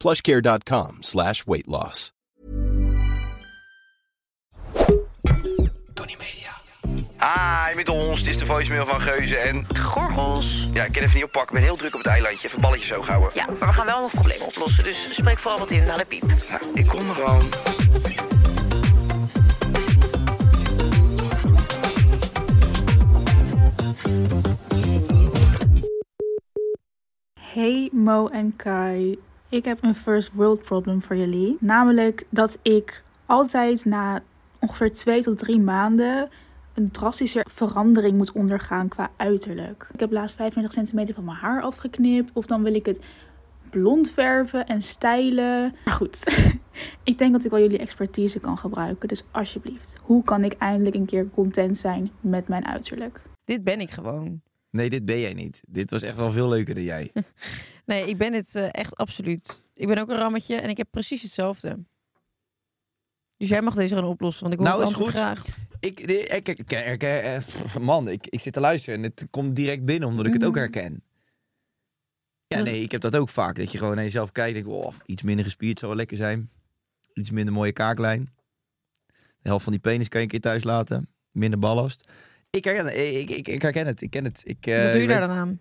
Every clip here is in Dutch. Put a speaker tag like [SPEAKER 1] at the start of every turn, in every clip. [SPEAKER 1] plushcare.com slash weight loss.
[SPEAKER 2] Hi, met ons. Dit is Ah, de voicemail van Geuze en... Gorgels. Ja, ik kan even niet oppakken. Ik ben heel druk op het eilandje. Even balletjes hoog houden.
[SPEAKER 3] Ja, maar we gaan wel nog problemen oplossen, dus spreek vooral wat in naar de piep.
[SPEAKER 2] Nou, ik kom er al.
[SPEAKER 4] Hey Mo en Kai, ik heb een first world problem voor jullie. Namelijk dat ik altijd na ongeveer twee tot drie maanden een drastische verandering moet ondergaan qua uiterlijk. Ik heb laatst 25 centimeter van mijn haar afgeknipt of dan wil ik het blond verven en stijlen. Maar goed, ik denk dat ik wel jullie expertise kan gebruiken, dus alsjeblieft. Hoe kan ik eindelijk een keer content zijn met mijn uiterlijk?
[SPEAKER 3] Dit ben ik gewoon.
[SPEAKER 5] Nee, dit ben jij niet. Dit was echt wel veel leuker dan jij.
[SPEAKER 3] Nee, ik ben het eh, echt absoluut. Ik ben ook een rammetje en ik heb precies hetzelfde. Dus jij mag deze gaan oplossen, want ik hoor
[SPEAKER 5] Nou,
[SPEAKER 3] het
[SPEAKER 5] is
[SPEAKER 3] antwoord
[SPEAKER 5] goed.
[SPEAKER 3] graag.
[SPEAKER 5] Ik, ik, ik, ik, ik- eh, man, ik, ik zit te luisteren en het komt direct binnen omdat ik het ook
[SPEAKER 3] Mm.
[SPEAKER 5] herken. Ja,
[SPEAKER 3] Dat-
[SPEAKER 5] nee, ik heb dat ook vaak. Dat je gewoon naar jezelf kijkt en denkt, oh, iets minder gespierd zou wel lekker zijn. Iets minder mooie kaaklijn. De helft van die penis kan je een keer thuis laten. Minder ballast. Ik herken, ik, ik, ik herken het, ik ken het. Ik, eh,
[SPEAKER 3] Wat doe je
[SPEAKER 5] ik
[SPEAKER 3] daar
[SPEAKER 5] weet-
[SPEAKER 3] dan aan?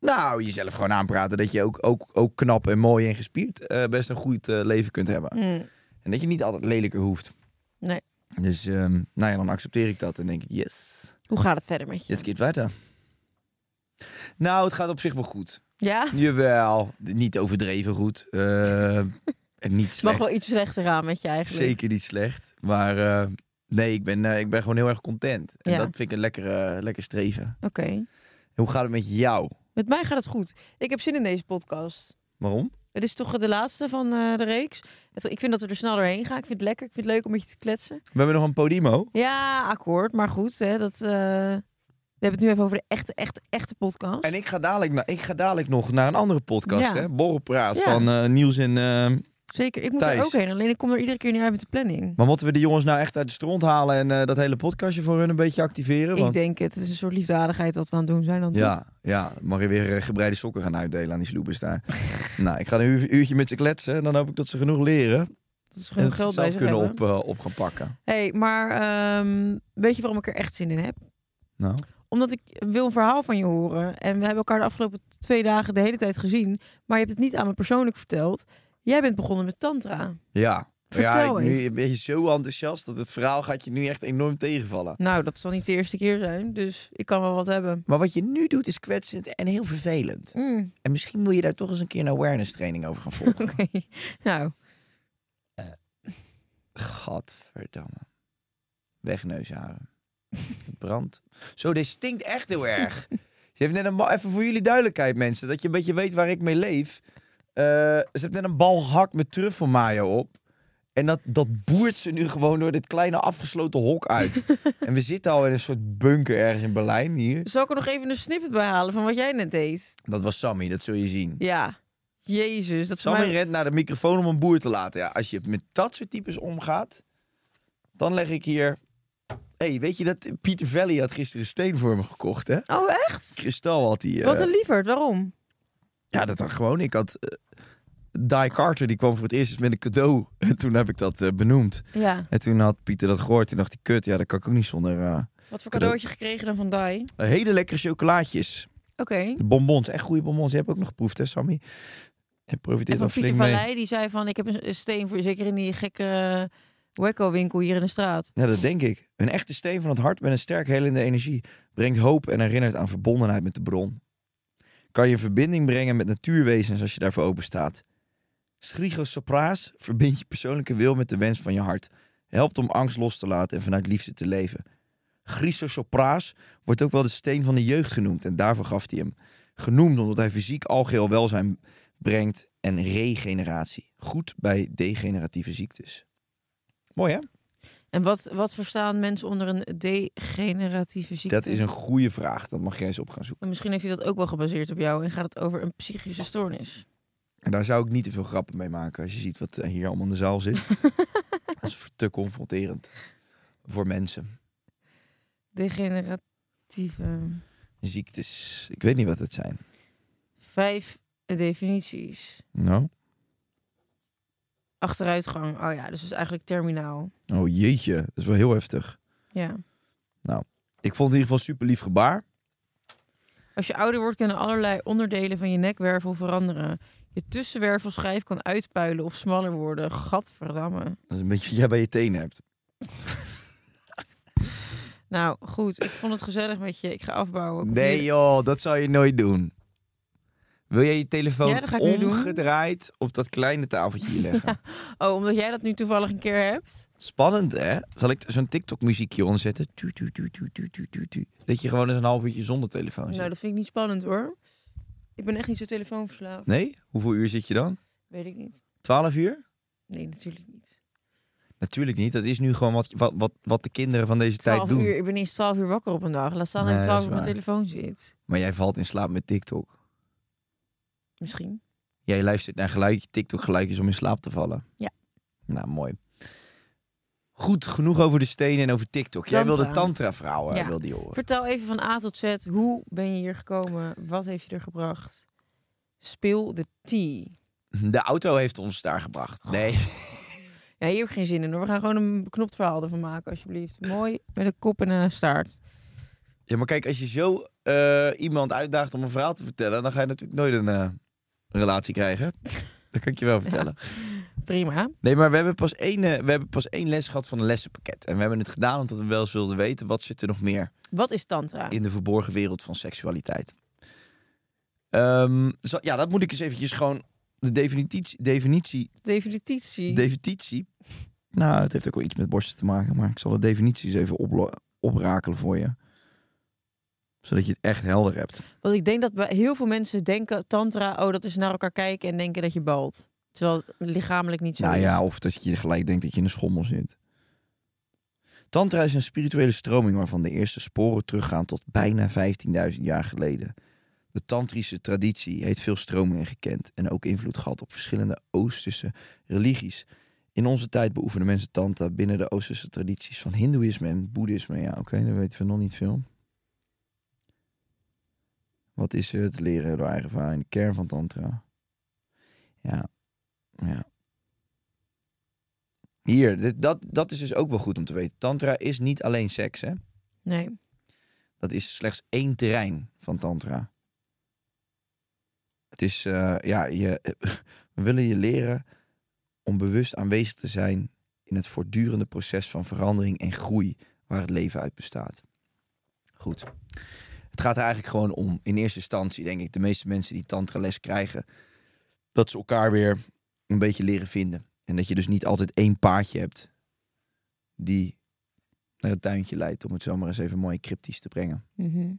[SPEAKER 5] Nou, jezelf gewoon aanpraten dat je ook, ook, ook knap en mooi en gespierd eh, best een goed eh, leven kunt hebben.
[SPEAKER 3] Hm.
[SPEAKER 5] En dat je niet altijd lelijker hoeft.
[SPEAKER 3] Nee.
[SPEAKER 5] Dus ehm, nou ja, dan accepteer ik dat en denk ik, yes,
[SPEAKER 3] Hoe gaat het verder met je?
[SPEAKER 5] jetzt geht weiter. Nou, het gaat op zich wel goed.
[SPEAKER 3] Ja?
[SPEAKER 5] Jawel, niet overdreven goed. eh, en niet
[SPEAKER 3] Het mag
[SPEAKER 5] slecht.
[SPEAKER 3] wel iets slechter aan met je eigenlijk.
[SPEAKER 5] Zeker niet slecht. Maar eh, nee, ik ben, eh, ik ben gewoon heel erg content. En
[SPEAKER 3] Ja.
[SPEAKER 5] dat vind ik een lekkere, lekker streven.
[SPEAKER 3] Oké.
[SPEAKER 5] En hoe gaat het met jou?
[SPEAKER 3] Met mij gaat het goed. Ik heb zin in deze podcast.
[SPEAKER 5] Waarom?
[SPEAKER 3] Het is toch de laatste van eh, de reeks. Het- ik vind dat we er snel doorheen gaan. Ik vind het lekker. Ik vind het leuk om met je te kletsen.
[SPEAKER 5] We hebben nog een Podimo.
[SPEAKER 3] Ja, akkoord. Maar goed, hè, dat, eh, we hebben het nu even over de echte, echte, echte podcast.
[SPEAKER 5] En ik ga dadelijk, na, ik ga dadelijk nog naar een andere podcast,
[SPEAKER 3] Ja.
[SPEAKER 5] hè? Borrelpraat
[SPEAKER 3] Ja.
[SPEAKER 5] van eh, Niels en... eh,
[SPEAKER 3] Zeker, ik moet
[SPEAKER 5] Thijs.
[SPEAKER 3] er ook heen. Alleen ik kom er iedere keer niet uit met de planning.
[SPEAKER 5] Maar moeten we de jongens nou echt uit de stront halen en eh, dat hele podcastje voor hun een beetje activeren?
[SPEAKER 3] Ik
[SPEAKER 5] Want,
[SPEAKER 3] denk het. Het is een soort liefdadigheid wat we aan het doen zijn dan toch?
[SPEAKER 5] ja, ja, mag je weer eh, gebreide sokken gaan uitdelen aan die sloepers daar. nou, ik ga een uur- uurtje met ze kletsen en dan hoop ik dat ze genoeg leren.
[SPEAKER 3] Dat is
[SPEAKER 5] en dat
[SPEAKER 3] gewoon
[SPEAKER 5] ze het
[SPEAKER 3] geld bij
[SPEAKER 5] zelf
[SPEAKER 3] zich
[SPEAKER 5] kunnen
[SPEAKER 3] hebben.
[SPEAKER 5] op, eh, op gaan pakken.
[SPEAKER 3] hey, maar ehm, weet je waarom ik er echt zin in heb?
[SPEAKER 5] Nou,
[SPEAKER 3] Omdat ik wil een verhaal van je horen. En we hebben elkaar de afgelopen twee dagen de hele tijd gezien. Maar je hebt het niet aan me persoonlijk verteld. Jij bent begonnen met tantra.
[SPEAKER 5] ja. ja,
[SPEAKER 3] Vertel
[SPEAKER 5] ik nu ben je zo enthousiast dat het verhaal gaat je nu echt enorm tegenvallen.
[SPEAKER 3] Nou, dat zal niet de eerste keer zijn. Dus ik kan wel wat hebben.
[SPEAKER 5] Maar wat je nu doet is kwetsend en heel vervelend.
[SPEAKER 3] Mm,
[SPEAKER 5] En misschien moet je daar toch eens een keer een awareness training over gaan volgen.
[SPEAKER 3] Oké. Nou,
[SPEAKER 5] Gadverdamme. Wegneusharen. Het brandt. Zo, dit stinkt echt heel erg. Ze heeft net een bal, even voor jullie duidelijkheid mensen, dat je een beetje weet waar ik mee leef. Eh, ze heeft net een bal gehakt met truffelmayo op. En dat, dat boert ze nu gewoon door dit kleine afgesloten hok uit. en we zitten al in een soort bunker ergens in Berlijn hier.
[SPEAKER 3] zal ik er nog even een snippet bij halen van wat jij net deed?
[SPEAKER 5] Dat was Sammy, dat zul je zien.
[SPEAKER 3] Ja. Jezus, dat is
[SPEAKER 5] Sammy
[SPEAKER 3] mij...
[SPEAKER 5] rent naar de microfoon om een boer te laten. Ja, als je met dat soort types omgaat, dan leg ik hier... hey, weet je dat Pieter Valley had gisteren een steen voor me gekocht, hè?
[SPEAKER 3] Oh, echt?
[SPEAKER 5] Kristal had hij... eh,
[SPEAKER 3] Wat een lieverd, waarom?
[SPEAKER 5] Ja, dat dan gewoon. Ik had... eh, Di Carter, die kwam voor het eerst eens met een cadeau. En toen heb ik dat eh, benoemd.
[SPEAKER 3] Ja.
[SPEAKER 5] En toen had Pieter dat gehoord. Toen dacht hij, kut, ja, dat kan ik ook niet zonder... eh,
[SPEAKER 3] Wat
[SPEAKER 5] Cadeau.
[SPEAKER 3] voor cadeautje gekregen dan van Dai?
[SPEAKER 5] hele lekkere chocolaatjes.
[SPEAKER 3] Oké.
[SPEAKER 5] De bonbons, echt goede bonbons. Die heb ik ook nog geproefd, hè, Sammy? En
[SPEAKER 3] En
[SPEAKER 5] profiteert
[SPEAKER 3] van
[SPEAKER 5] al
[SPEAKER 3] Pieter
[SPEAKER 5] flink
[SPEAKER 3] van
[SPEAKER 5] mee.
[SPEAKER 3] Leij, die zei van... ik heb een een steen voor je, zeker in die gekke eh, wekko-winkel hier in de straat.
[SPEAKER 5] Ja, dat denk ik. Een echte steen van het hart met een sterk helende energie brengt hoop en herinnert aan verbondenheid met de bron. Kan je in verbinding brengen met natuurwezens als je daarvoor open staat. Strigosopraas verbindt je persoonlijke wil met de wens van je hart. Helpt om angst los te laten en vanuit liefde te leven. Grisosopraas wordt ook wel de steen van de jeugd genoemd en daarvoor gaf hij hem. Genoemd omdat hij fysiek algeheel welzijn brengt en regeneratie. Goed bij degeneratieve ziektes. Mooi hè?
[SPEAKER 3] En wat, wat verstaan mensen onder een degeneratieve ziekte?
[SPEAKER 5] Dat is een goede vraag. Dat mag jij eens op gaan zoeken.
[SPEAKER 3] Maar Misschien heeft hij dat ook wel gebaseerd op jou en gaat het over een psychische stoornis.
[SPEAKER 5] En daar zou ik niet te veel grappen mee maken als je ziet wat eh, hier allemaal in de zaal zit. dat is te confronterend voor mensen.
[SPEAKER 3] Degeneratieve.
[SPEAKER 5] Ziektes. Ik weet niet wat het zijn.
[SPEAKER 3] Vijf definities.
[SPEAKER 5] Nou.
[SPEAKER 3] Achteruitgang. Oh ja, dus dat is eigenlijk terminaal.
[SPEAKER 5] Oh jeetje, dat is wel heel heftig.
[SPEAKER 3] Ja.
[SPEAKER 5] Ik vond het in ieder geval super lief gebaar.
[SPEAKER 3] Als je ouder wordt, kunnen allerlei onderdelen van je nekwervel veranderen. Je tussenwervelschijf kan uitpuilen of smaller worden. Gadverdamme.
[SPEAKER 5] Dat is een beetje wat jij bij je tenen hebt.
[SPEAKER 3] Nou, goed. Ik vond het gezellig met je. Ik ga afbouwen. Kom
[SPEAKER 5] Nee
[SPEAKER 3] hier.
[SPEAKER 5] joh, dat zou je nooit doen. Wil jij je telefoon
[SPEAKER 3] Ja, dat ga ik nu doen.
[SPEAKER 5] omgedraaid op dat kleine tafeltje hier leggen?
[SPEAKER 3] Oh, omdat jij dat nu toevallig een keer hebt?
[SPEAKER 5] Spannend, hè? Zal ik zo'n TikTok-muziekje onderzetten? Tu, tu, tu, tu, tu, tu, tu, tu. Dat je gewoon eens een half uurtje zonder telefoon
[SPEAKER 3] Nou,
[SPEAKER 5] zit.
[SPEAKER 3] dat vind ik niet spannend hoor. Ik ben echt niet zo telefoonverslaafd.
[SPEAKER 5] Nee? Hoeveel uur zit je dan?
[SPEAKER 3] Weet ik niet.
[SPEAKER 5] Twaalf uur?
[SPEAKER 3] Nee, natuurlijk niet.
[SPEAKER 5] Natuurlijk niet. Dat is nu gewoon wat, wat, wat, wat de kinderen van deze tijd
[SPEAKER 3] 12
[SPEAKER 5] doen.
[SPEAKER 3] uur. Ik ben eens 12 uur wakker op een dag. Laat staan dat ik
[SPEAKER 5] Nee,
[SPEAKER 3] 12
[SPEAKER 5] dat
[SPEAKER 3] uur
[SPEAKER 5] is
[SPEAKER 3] op mijn
[SPEAKER 5] waar.
[SPEAKER 3] telefoon zit.
[SPEAKER 5] Maar jij valt in slaap met TikTok.
[SPEAKER 3] Misschien.
[SPEAKER 5] Jij luistert naar geluidje, TikTok-geluidjes om in slaap te vallen.
[SPEAKER 3] Ja.
[SPEAKER 5] Nou, mooi. Goed, genoeg over de stenen en over TikTok. Jij
[SPEAKER 3] Tantra.
[SPEAKER 5] wilde tantra-vrouwen,
[SPEAKER 3] Ja.
[SPEAKER 5] wilde je horen.
[SPEAKER 3] Vertel even van A tot Z. Hoe ben je hier gekomen? Wat heeft je er gebracht? Speel de tea.
[SPEAKER 5] De auto heeft ons daar gebracht. Nee.
[SPEAKER 3] Ja, hier heb ik geen zin in hoor. We gaan gewoon een beknopt verhaal ervan maken, alsjeblieft. Mooi, met een kop en een staart.
[SPEAKER 5] Ja, maar kijk, als je zo eh, iemand uitdaagt om een verhaal te vertellen, dan ga je natuurlijk nooit een eh, relatie krijgen. Dat kan ik je wel vertellen.
[SPEAKER 3] Prima.
[SPEAKER 5] Nee, maar we hebben, pas één, eh, we hebben pas één les gehad van een lessenpakket. En we hebben het gedaan omdat we wel eens wilden weten wat zit er nog meer
[SPEAKER 3] Wat is tantra?
[SPEAKER 5] in de verborgen wereld van seksualiteit. Ehm, zo- ja, dat moet ik eens eventjes gewoon de definitie, definitie,
[SPEAKER 3] Definitie.
[SPEAKER 5] definitie. Nou, het heeft ook wel iets met borsten te maken, maar ik zal de definities even oplo- oprakelen voor je. Zodat je het echt helder hebt.
[SPEAKER 3] Want ik denk dat bij heel veel mensen denken tantra, oh dat is naar elkaar kijken en denken dat je balt. Terwijl het lichamelijk niet zo
[SPEAKER 5] Nou
[SPEAKER 3] is.
[SPEAKER 5] ja, of dat je gelijk denkt dat je in een schommel zit. Tantra is een spirituele stroming waarvan de eerste sporen teruggaan tot bijna 15.000 jaar geleden. De tantrische traditie heeft veel stromingen gekend en ook invloed gehad op verschillende Oosterse religies. In onze tijd beoefenen mensen tantra binnen de Oosterse tradities van Hindoeïsme en Boeddhisme. Ja, oké, daar weten we nog niet veel. Wat is het leren door eigen ervaring? De kern van tantra. Ja, ja. Hier, dit- dat, dat is dus ook wel goed om te weten. Tantra is niet alleen seks, hè?
[SPEAKER 3] Nee.
[SPEAKER 5] Dat is slechts één terrein van tantra. Het is, eh, ja, je, we willen je leren om bewust aanwezig te zijn in het voortdurende proces van verandering en groei waar het leven uit bestaat. Goed. Het gaat er eigenlijk gewoon om, in eerste instantie, denk ik, de meeste mensen die tantrales krijgen, dat ze elkaar weer een beetje leren vinden. En dat je dus niet altijd één paadje hebt die naar het tuintje leidt, om het zo maar eens even mooi cryptisch te brengen.
[SPEAKER 3] Mhm.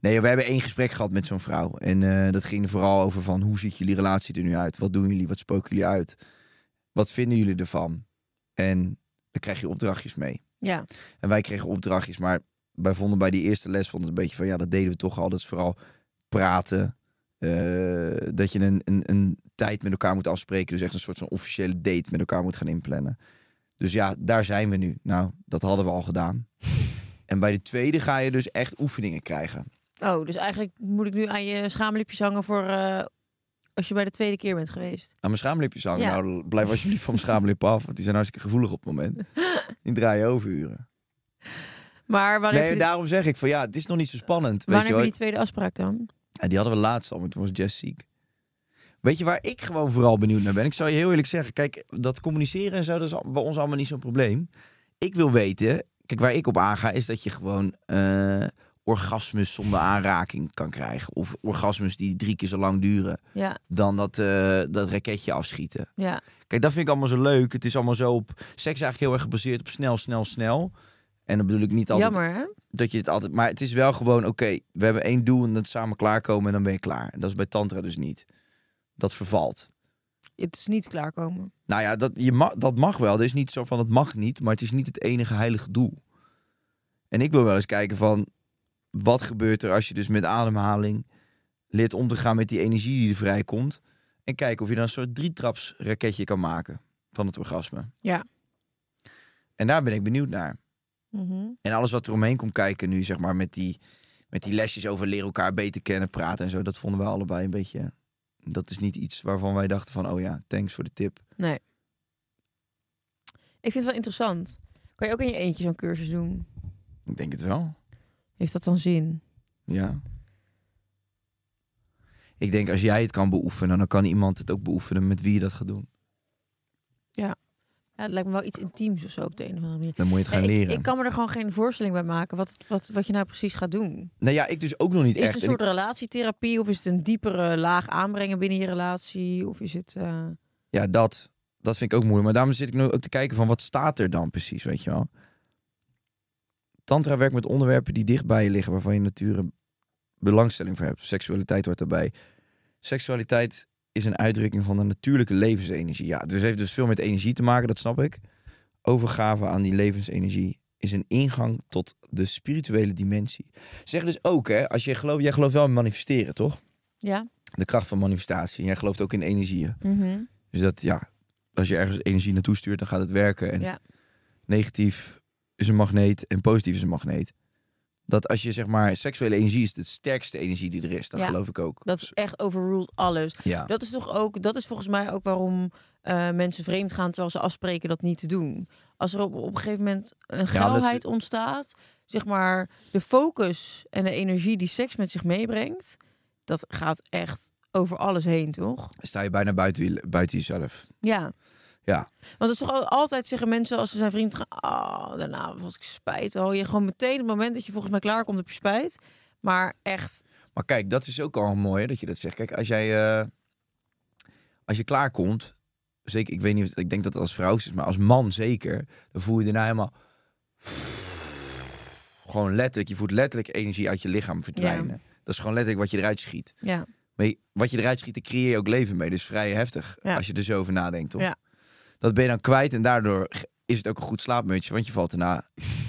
[SPEAKER 5] Nee, we hebben één gesprek gehad met zo'n vrouw. En eh, dat ging er vooral over van hoe ziet jullie relatie er nu uit? Wat doen jullie? Wat spoken jullie uit? Wat vinden jullie ervan? En dan krijg je opdrachtjes mee.
[SPEAKER 3] Ja.
[SPEAKER 5] En wij kregen opdrachtjes, maar wij vonden bij die eerste les vonden het een beetje van ja, dat deden we toch al. Dat is vooral praten. eh, dat je een, een, een tijd met elkaar moet afspreken. Dus echt een soort van officiële date met elkaar moet gaan inplannen. Dus ja, daar zijn we nu. Nou, dat hadden we al gedaan. En bij de tweede ga je dus echt oefeningen krijgen.
[SPEAKER 3] Oh, dus eigenlijk moet ik nu aan je schaamlipjes hangen voor eh, als je bij de tweede keer bent geweest.
[SPEAKER 5] aan mijn schaamlipjes hangen.
[SPEAKER 3] Ja.
[SPEAKER 5] Nou, blijf alsjeblieft van mijn schaamlippen af, want die zijn hartstikke gevoelig op het moment. Die draaien overuren.
[SPEAKER 3] Maar wanneer,
[SPEAKER 5] Nee,
[SPEAKER 3] heb, je,
[SPEAKER 5] daarom zeg ik van ja, het is nog niet zo spannend.
[SPEAKER 3] wanneer
[SPEAKER 5] Weet je
[SPEAKER 3] heb
[SPEAKER 5] wel.
[SPEAKER 3] je die tweede afspraak dan?
[SPEAKER 5] En die hadden we laatst al, maar toen was Jess ziek. Weet je waar ik gewoon vooral benieuwd naar ben? Ik zal je heel eerlijk zeggen. Kijk, dat communiceren en zo, dat is al- bij ons allemaal niet zo'n probleem. Ik wil weten, kijk, waar ik op aanga, is dat je gewoon eh, orgasmes zonder aanraking kan krijgen. Of orgasmes die drie keer zo lang duren
[SPEAKER 3] Ja,
[SPEAKER 5] dan dat, eh, dat raketje afschieten.
[SPEAKER 3] ja.
[SPEAKER 5] Kijk, dat vind ik allemaal zo leuk. Het is allemaal zo op... Seks is eigenlijk heel erg gebaseerd op snel, snel, snel. En dan bedoel ik niet altijd
[SPEAKER 3] Jammer, hè?
[SPEAKER 5] dat je het altijd... Maar het is wel gewoon, oké, we hebben één doel en dat samen klaarkomen en dan ben je klaar. En dat is bij tantra dus niet. Dat vervalt.
[SPEAKER 3] Het is niet klaarkomen.
[SPEAKER 5] Nou ja, dat, je ma- dat mag wel. Er is niet zo van, het mag niet. Maar het is niet het enige heilige doel. En ik wil wel eens kijken van... Wat gebeurt er als je dus met ademhaling leert om te gaan met die energie die er vrijkomt. En kijken of je dan een soort drietrapsraketje kan maken van het orgasme.
[SPEAKER 3] Ja.
[SPEAKER 5] En daar ben ik benieuwd naar.
[SPEAKER 3] Mhm.
[SPEAKER 5] En alles wat er omheen komt kijken nu, zeg maar, met die, met die lesjes over leren elkaar beter kennen, praten en zo, dat vonden we allebei een beetje. Dat is niet iets waarvan wij dachten van, oh ja, thanks voor de tip.
[SPEAKER 3] Ik vind het wel interessant. Kan je ook in je eentje zo'n cursus doen?
[SPEAKER 5] Ik denk het wel.
[SPEAKER 3] Heeft dat dan zin?
[SPEAKER 5] Ja. Ik denk als jij het kan beoefenen, dan kan iemand het ook beoefenen met wie je dat gaat doen.
[SPEAKER 3] Ja, het lijkt me wel iets intiems of zo op de een of andere manier.
[SPEAKER 5] Dan moet je het gaan
[SPEAKER 3] Ja, ik-
[SPEAKER 5] leren.
[SPEAKER 3] Ik, kan me er gewoon geen voorstelling bij maken wat, wat, wat je nou precies gaat doen.
[SPEAKER 5] Nou ja, ik dus ook nog niet
[SPEAKER 3] Is
[SPEAKER 5] echt.
[SPEAKER 3] het een
[SPEAKER 5] En ik-
[SPEAKER 3] soort relatietherapie of is het een diepere laag aanbrengen binnen je relatie? Of is het. eh,
[SPEAKER 5] Ja, dat, dat vind ik ook moeilijk. Maar daarom zit ik nu ook te kijken van wat staat er dan precies, weet je wel. Tantra werkt met onderwerpen die dicht bij je liggen, waarvan je nature belangstelling voor hebt. Seksualiteit hoort daarbij. Seksualiteit is een uitdrukking van de natuurlijke levensenergie. Ja, dus heeft dus veel met energie te maken, dat snap ik. Overgave aan die levensenergie is een ingang tot de spirituele dimensie. Zeg dus ook, hè, als je gelooft, jij gelooft wel in manifesteren, toch?
[SPEAKER 3] ja.
[SPEAKER 5] De kracht van manifestatie. Jij gelooft ook in energieën.
[SPEAKER 3] Mhm.
[SPEAKER 5] Dus dat ja, als je ergens energie naartoe stuurt, dan gaat het werken. En
[SPEAKER 3] Ja.
[SPEAKER 5] negatief is een magneet en positief is een magneet. Dat als je zeg maar seksuele energie is de sterkste energie die er is, dat
[SPEAKER 3] Ja.
[SPEAKER 5] geloof ik ook. Dus
[SPEAKER 3] Dat is echt overruled alles.
[SPEAKER 5] ja.
[SPEAKER 3] Dat is toch ook, dat is volgens mij ook waarom eh, mensen vreemd gaan terwijl ze afspreken dat niet te doen. Als er op, op een gegeven moment een
[SPEAKER 5] ze-
[SPEAKER 3] geilheid ontstaat, zeg maar de focus en de energie die seks met zich meebrengt, dat gaat echt over alles heen, toch?
[SPEAKER 5] Sta je bijna buiten, je- buiten jezelf.
[SPEAKER 3] Ja.
[SPEAKER 5] Ja.
[SPEAKER 3] Want het is toch al- altijd zeggen mensen als ze zijn vriend gaan, oh, daarna was ik spijt. Oh, je gewoon meteen het moment dat je volgens mij klaarkomt heb je spijt. Maar echt,
[SPEAKER 5] Maar kijk, dat is ook al mooi hè, dat je dat zegt. Kijk, als jij eh, als je klaarkomt, zeker, ik weet niet, of- ik denk dat het als vrouw is, maar als man zeker, dan voel je daarna helemaal gewoon letterlijk, je voelt letterlijk energie uit je lichaam verdwijnen. Dat is gewoon letterlijk wat je eruit schiet.
[SPEAKER 3] ja,
[SPEAKER 5] Maar je- wat je eruit schiet, daar creëer je ook leven mee. Dus vrij heftig,
[SPEAKER 3] Ja.
[SPEAKER 5] als je er zo over nadenkt, toch?
[SPEAKER 3] Ja.
[SPEAKER 5] Dat ben je dan kwijt en daardoor g- is het ook een goed slaapmutsje. Want je valt daarna,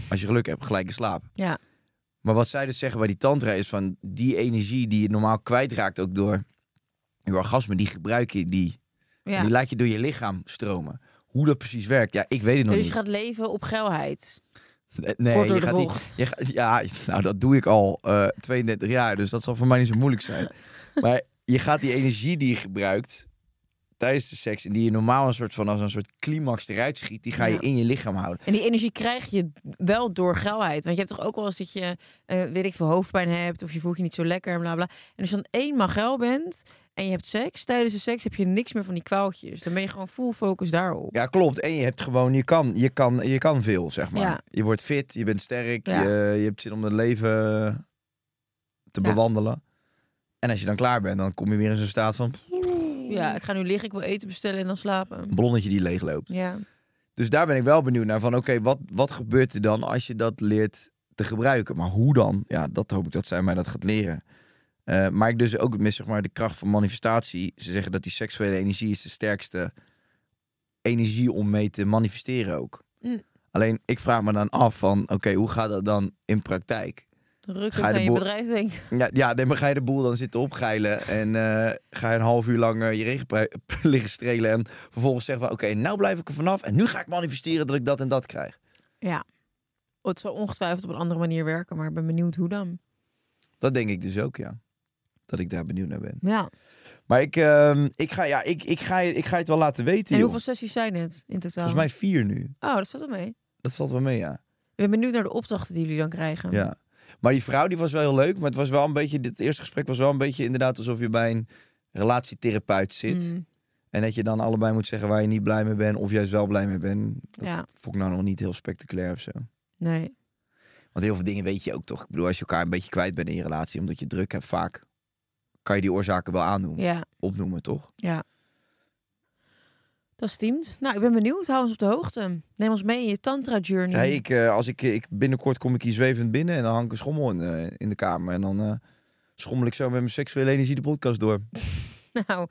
[SPEAKER 5] als je geluk hebt, gelijk in slaap.
[SPEAKER 3] ja,
[SPEAKER 5] Maar wat zij dus zeggen bij die tantra is van... die energie die je normaal kwijtraakt ook door je orgasme... die gebruik je, die,
[SPEAKER 3] ja.
[SPEAKER 5] die laat je door je lichaam stromen. Hoe dat precies werkt, ja, ik weet het nog
[SPEAKER 3] Dus je
[SPEAKER 5] niet.
[SPEAKER 3] gaat leven op geilheid.
[SPEAKER 5] Eh, nee,
[SPEAKER 3] kort door
[SPEAKER 5] je
[SPEAKER 3] de
[SPEAKER 5] gaat die,
[SPEAKER 3] bocht.
[SPEAKER 5] je gaat- ja, nou dat doe ik al eh 32 jaar, dus dat zal voor mij niet zo moeilijk zijn. maar je gaat die energie die je gebruikt tijdens de seks... en die je normaal een soort van als een soort climax eruit schiet... die ga je
[SPEAKER 3] Ja.
[SPEAKER 5] in je lichaam houden.
[SPEAKER 3] En die energie krijg je wel door geilheid. Want je hebt toch ook wel eens dat je, eh, weet ik veel, hoofdpijn hebt. Of je voelt je niet zo lekker en bla bla. En als je dan eenmaal geil bent en je hebt seks. Tijdens de seks heb je niks meer van die kwaaltjes. Dan ben je gewoon full focus daarop.
[SPEAKER 5] Ja, klopt. En je hebt gewoon, je kan, je kan, je kan veel, zeg maar.
[SPEAKER 3] Ja.
[SPEAKER 5] Je wordt fit, je bent sterk,
[SPEAKER 3] Ja.
[SPEAKER 5] je, je hebt zin om het leven te
[SPEAKER 3] Ja.
[SPEAKER 5] bewandelen. En als je dan klaar bent, dan kom je weer in zo'n staat van
[SPEAKER 3] Ja, ik ga nu liggen, ik wil eten bestellen en dan slapen.
[SPEAKER 5] een ballonnetje die leegloopt.
[SPEAKER 3] Ja,
[SPEAKER 5] Dus daar ben ik wel benieuwd naar van, oké, wat, wat gebeurt er dan als je dat leert te gebruiken? Maar hoe dan? Ja, dat hoop ik dat zij mij dat gaat leren. Eh, maar ik dus ook mis, zeg maar, de kracht van manifestatie. Ze zeggen dat die seksuele energie is de sterkste energie om mee te manifesteren ook.
[SPEAKER 3] Mm.
[SPEAKER 5] Alleen, ik vraag me dan af van, oké, hoe gaat dat dan in praktijk?
[SPEAKER 3] rukkend
[SPEAKER 5] Ga je de
[SPEAKER 3] aan je
[SPEAKER 5] boel-
[SPEAKER 3] bedrijf denken.
[SPEAKER 5] Ja, ja nee, maar ga je de boel dan zitten opgeilen en eh, ga je een half uur lang eh, je regenpui liggen strelen en vervolgens zeggen van oké, nou blijf ik er vanaf en nu ga ik manifesteren dat ik dat en dat krijg.
[SPEAKER 3] Ja. Oh, Het zal ongetwijfeld op een andere manier werken, maar ik ben benieuwd hoe dan.
[SPEAKER 5] Dat denk ik dus ook, ja. Dat ik daar benieuwd naar ben.
[SPEAKER 3] Ja.
[SPEAKER 5] Maar ik, ehm, ik, ga, ja, ik, ik, ga, je- ik ga je het wel laten weten,
[SPEAKER 3] En
[SPEAKER 5] joh.
[SPEAKER 3] hoeveel sessies zijn het in totaal?
[SPEAKER 5] Volgens mij vier nu.
[SPEAKER 3] Oh, dat zat er mee.
[SPEAKER 5] Dat valt wel mee, ja.
[SPEAKER 3] Ik ben benieuwd naar de opdrachten die jullie dan krijgen.
[SPEAKER 5] ja. Maar die vrouw die was wel heel leuk, maar het was wel een beetje, dit eerste gesprek was wel een beetje inderdaad alsof je bij een relatietherapeut zit.
[SPEAKER 3] Mm,
[SPEAKER 5] En dat je dan allebei moet zeggen waar je niet blij mee bent of juist wel blij mee bent. Dat
[SPEAKER 3] ja,
[SPEAKER 5] vond ik nou nog niet heel spectaculair of zo.
[SPEAKER 3] nee.
[SPEAKER 5] Want heel veel dingen weet je ook toch. Ik bedoel, als je elkaar een beetje kwijt bent in je relatie, omdat je druk hebt vaak, kan je die oorzaken wel aannoemen,
[SPEAKER 3] Ja,
[SPEAKER 5] opnoemen toch?
[SPEAKER 3] ja. Dat steamt. Nou, ik ben benieuwd. Hou ons op de hoogte. Neem ons mee in je tantra-journey.
[SPEAKER 5] Hey, ik, eh, als ik, ik, binnenkort kom ik hier zwevend binnen en dan hang ik een schommel in, eh, in de kamer. En dan eh, schommel ik zo met mijn seksuele energie de podcast door.
[SPEAKER 3] Nou,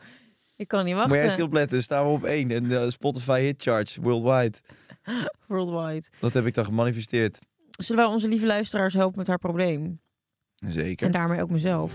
[SPEAKER 3] ik kan niet
[SPEAKER 5] Moet je
[SPEAKER 3] wachten.
[SPEAKER 5] eens opletten, staan we op één. En de Spotify hit charts worldwide.
[SPEAKER 3] Worldwide.
[SPEAKER 5] Dat heb ik dan gemanifesteerd.
[SPEAKER 3] Zullen wij onze lieve luisteraars helpen met haar probleem?
[SPEAKER 5] Zeker.
[SPEAKER 3] En daarmee ook mezelf.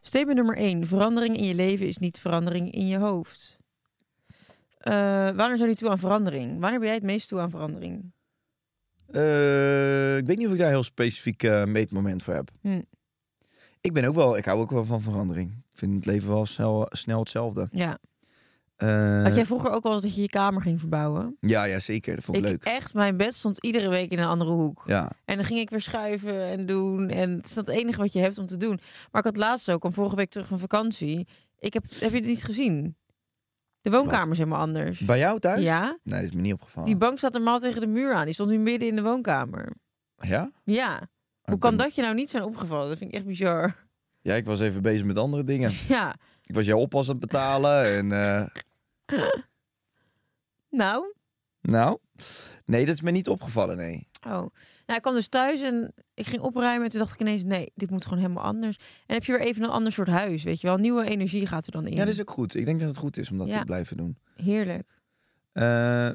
[SPEAKER 3] Statement nummer 1. Verandering in je leven is niet verandering in je hoofd. Eh, wanneer zijn jullie toe aan verandering? Wanneer ben jij het meest toe aan verandering?
[SPEAKER 5] Eh, ik weet niet of ik daar een heel specifiek eh, meetmoment voor heb.
[SPEAKER 3] Hm.
[SPEAKER 5] Ik ben ook wel, ik hou ook wel van verandering. Ik vind het leven wel snel, snel hetzelfde.
[SPEAKER 3] Ja.
[SPEAKER 5] Eh,
[SPEAKER 3] Had jij vroeger ook wel eens dat je je kamer ging verbouwen?
[SPEAKER 5] Ja, ja, zeker. Dat vond ik, leuk.
[SPEAKER 3] echt, mijn bed stond iedere week in een andere hoek.
[SPEAKER 5] Ja.
[SPEAKER 3] En dan ging ik weer schuiven en doen. En het is dat het enige wat je hebt om te doen. Maar ik had laatst ook, van vorige week terug van vakantie. Ik heb, heb je het niet gezien? De woonkamer is helemaal anders.
[SPEAKER 5] Bij jou thuis?
[SPEAKER 3] Ja.
[SPEAKER 5] Nee, dat is me niet opgevallen.
[SPEAKER 3] Die bank staat normaal tegen de muur aan. Die stond nu midden in de woonkamer.
[SPEAKER 5] ja?
[SPEAKER 3] Ja. Hoe
[SPEAKER 5] Ik
[SPEAKER 3] kan
[SPEAKER 5] Ah, ben-
[SPEAKER 3] dat je nou niet zijn opgevallen? Dat vind ik echt bizar.
[SPEAKER 5] Ja, ik was even bezig met andere dingen.
[SPEAKER 3] Ja,
[SPEAKER 5] Ik was jouw oppas aan het betalen en... eh,
[SPEAKER 3] nou.
[SPEAKER 5] nou? Nee, dat is me niet opgevallen, nee.
[SPEAKER 3] Oh. Nou, ik kwam dus thuis en ik ging opruimen. En toen dacht ik ineens, nee, dit moet gewoon helemaal anders. En heb je weer even een ander soort huis, weet je wel. Nieuwe energie gaat er dan in.
[SPEAKER 5] Ja, dus- dat is ook goed. Ik denk dat het goed is om dat
[SPEAKER 3] Ja.
[SPEAKER 5] te blijven doen.
[SPEAKER 3] Heerlijk.
[SPEAKER 5] Eh,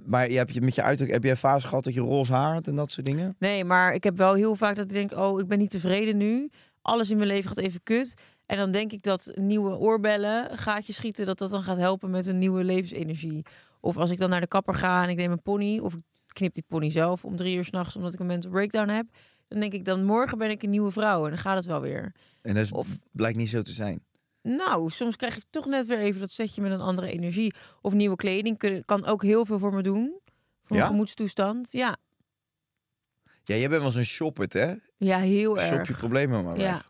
[SPEAKER 5] maar je, heb je met je uiterlijk, heb jij fase gehad dat je roze haar had en dat soort dingen?
[SPEAKER 3] Nee, maar ik heb wel heel vaak dat ik denk, oh, ik ben niet tevreden nu. Alles in mijn leven gaat even kut. En dan denk ik dat nieuwe oorbellen, gaatjes schieten, dat dat dan gaat helpen met een nieuwe levensenergie. Of als ik dan naar de kapper ga en ik neem een pony, of ik knip die pony zelf om drie uur s'nachts omdat ik een mental breakdown heb. Dan denk ik dan, morgen ben ik een nieuwe vrouw en dan gaat het wel weer.
[SPEAKER 5] En dat is,
[SPEAKER 3] Of-
[SPEAKER 5] blijkt niet zo te zijn.
[SPEAKER 3] Nou, soms krijg ik toch net weer even dat setje met een andere energie. Of nieuwe kleding kun- kan ook heel veel voor me doen. Voor mijn
[SPEAKER 5] Ja?
[SPEAKER 3] gemoedstoestand. Ja,
[SPEAKER 5] Ja, jij bent wel zo'n shoppert, hè?
[SPEAKER 3] ja heel
[SPEAKER 5] Shop je
[SPEAKER 3] erg.
[SPEAKER 5] problemen maar
[SPEAKER 3] Ja.
[SPEAKER 5] weg.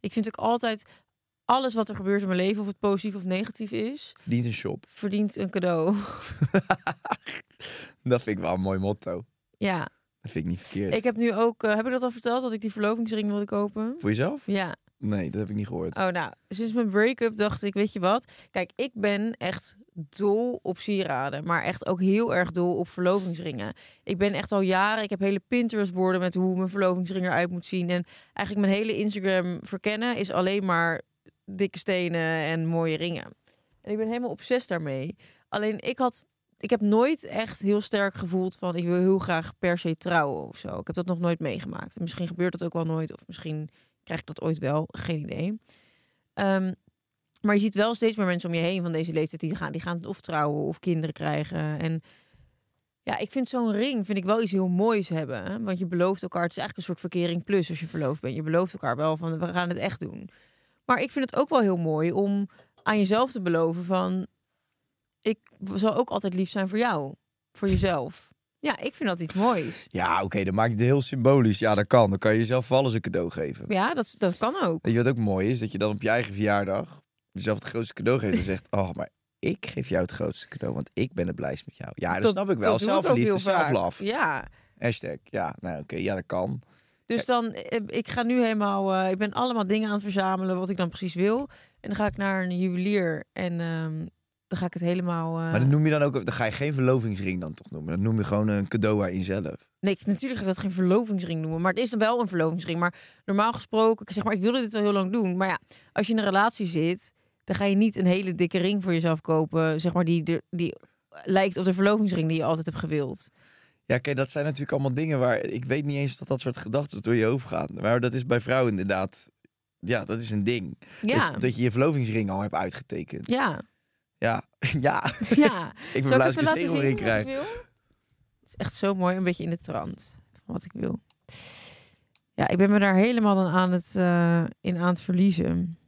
[SPEAKER 3] Ik vind ook altijd alles wat er gebeurt in mijn leven, of het positief of negatief is,
[SPEAKER 5] Verdient een shop.
[SPEAKER 3] verdient een cadeau.
[SPEAKER 5] Dat vind ik wel een mooi motto.
[SPEAKER 3] ja,
[SPEAKER 5] Dat vind ik niet verkeerd.
[SPEAKER 3] ik heb nu ook, eh, heb ik dat al verteld, dat ik die verlovingsring wilde kopen?
[SPEAKER 5] Voor jezelf?
[SPEAKER 3] Ja.
[SPEAKER 5] Nee, dat heb ik niet gehoord.
[SPEAKER 3] Oh, nou, sinds mijn break-up dacht ik, weet je wat? Kijk, ik ben echt dol op sieraden, maar echt ook heel erg dol op verlovingsringen. Ik ben echt al jaren, ik heb hele Pinterest-borden met hoe mijn verlovingsring eruit moet zien. En eigenlijk mijn hele Instagram verkennen is alleen maar dikke stenen en mooie ringen. En ik ben helemaal obsessief daarmee. Alleen ik had, ik heb nooit echt heel sterk gevoeld van ik wil heel graag per se trouwen of zo. Ik heb dat nog nooit meegemaakt. Misschien gebeurt dat ook wel nooit, of misschien krijg ik dat ooit wel, geen idee. Ehm, maar je ziet wel steeds meer mensen om je heen van deze leeftijd die gaan, die gaan of trouwen of kinderen krijgen. En ja, ik vind zo'n ring vind ik wel iets heel moois hebben. hè. Want je belooft elkaar, het is eigenlijk een soort verkering plus als je verloofd bent. Je belooft elkaar wel van we gaan het echt doen. Maar ik vind het ook wel heel mooi om aan jezelf te beloven van ik zal ook altijd lief zijn voor jou, voor jezelf. Ja, ik vind dat iets moois.
[SPEAKER 5] Ja, oké, dan maak je het heel symbolisch. Ja, dat kan. Dan kan je jezelf wel eens een cadeau geven.
[SPEAKER 3] Ja, dat, dat kan ook.
[SPEAKER 5] Weet je wat ook mooi is? Dat je dan op je eigen verjaardag jezelf het grootste cadeau geeft en zegt... Oh, maar ik geef jou het grootste cadeau, want ik ben het blijst met jou. Ja, dat, snap ik wel.
[SPEAKER 3] dat doe ook
[SPEAKER 5] Zelfliefde,
[SPEAKER 3] heel vaak.
[SPEAKER 5] zelflove.
[SPEAKER 3] Ja,
[SPEAKER 5] Hashtag, ja, nou oké, ja, dat kan.
[SPEAKER 3] Dus dan, eh, ik ga nu helemaal, eh, ik ben allemaal dingen aan het verzamelen wat ik dan precies wil. En dan ga ik naar een juwelier en ehm, dan ga ik het helemaal... eh,
[SPEAKER 5] Maar dan noem je dan ook... Dan ga je geen verlovingsring dan toch noemen. Dan noem je gewoon een cadeau aan jezelf.
[SPEAKER 3] Nee, ik- natuurlijk ga ik dat geen verlovingsring noemen, maar het is dan wel een verlovingsring. Maar normaal gesproken, ik zeg maar, ik wilde dit al heel lang doen. Maar ja, als je in een relatie zit, dan ga je niet een hele dikke ring voor jezelf kopen, zeg maar, die, er- die lijkt op de verlovingsring die je altijd hebt gewild.
[SPEAKER 5] Ja, kijk, dat zijn natuurlijk allemaal dingen waar ik weet niet eens dat dat soort gedachten door je hoofd gaan. Maar dat is bij vrouwen inderdaad. Ja, dat is een ding.
[SPEAKER 3] Ja.
[SPEAKER 5] Dus dat je je verlovingsring al hebt uitgetekend.
[SPEAKER 3] Ja.
[SPEAKER 5] Ja, ja.
[SPEAKER 3] ja.
[SPEAKER 5] Ik ben
[SPEAKER 3] Zal
[SPEAKER 5] blij als ik
[SPEAKER 3] het even
[SPEAKER 5] een
[SPEAKER 3] laten zien
[SPEAKER 5] zegelring
[SPEAKER 3] wat ik
[SPEAKER 5] krijg.
[SPEAKER 3] wil? Het is echt zo mooi, een beetje in de trant van wat ik wil. Ja, ik ben me daar helemaal dan aan het, eh, in aan het verliezen.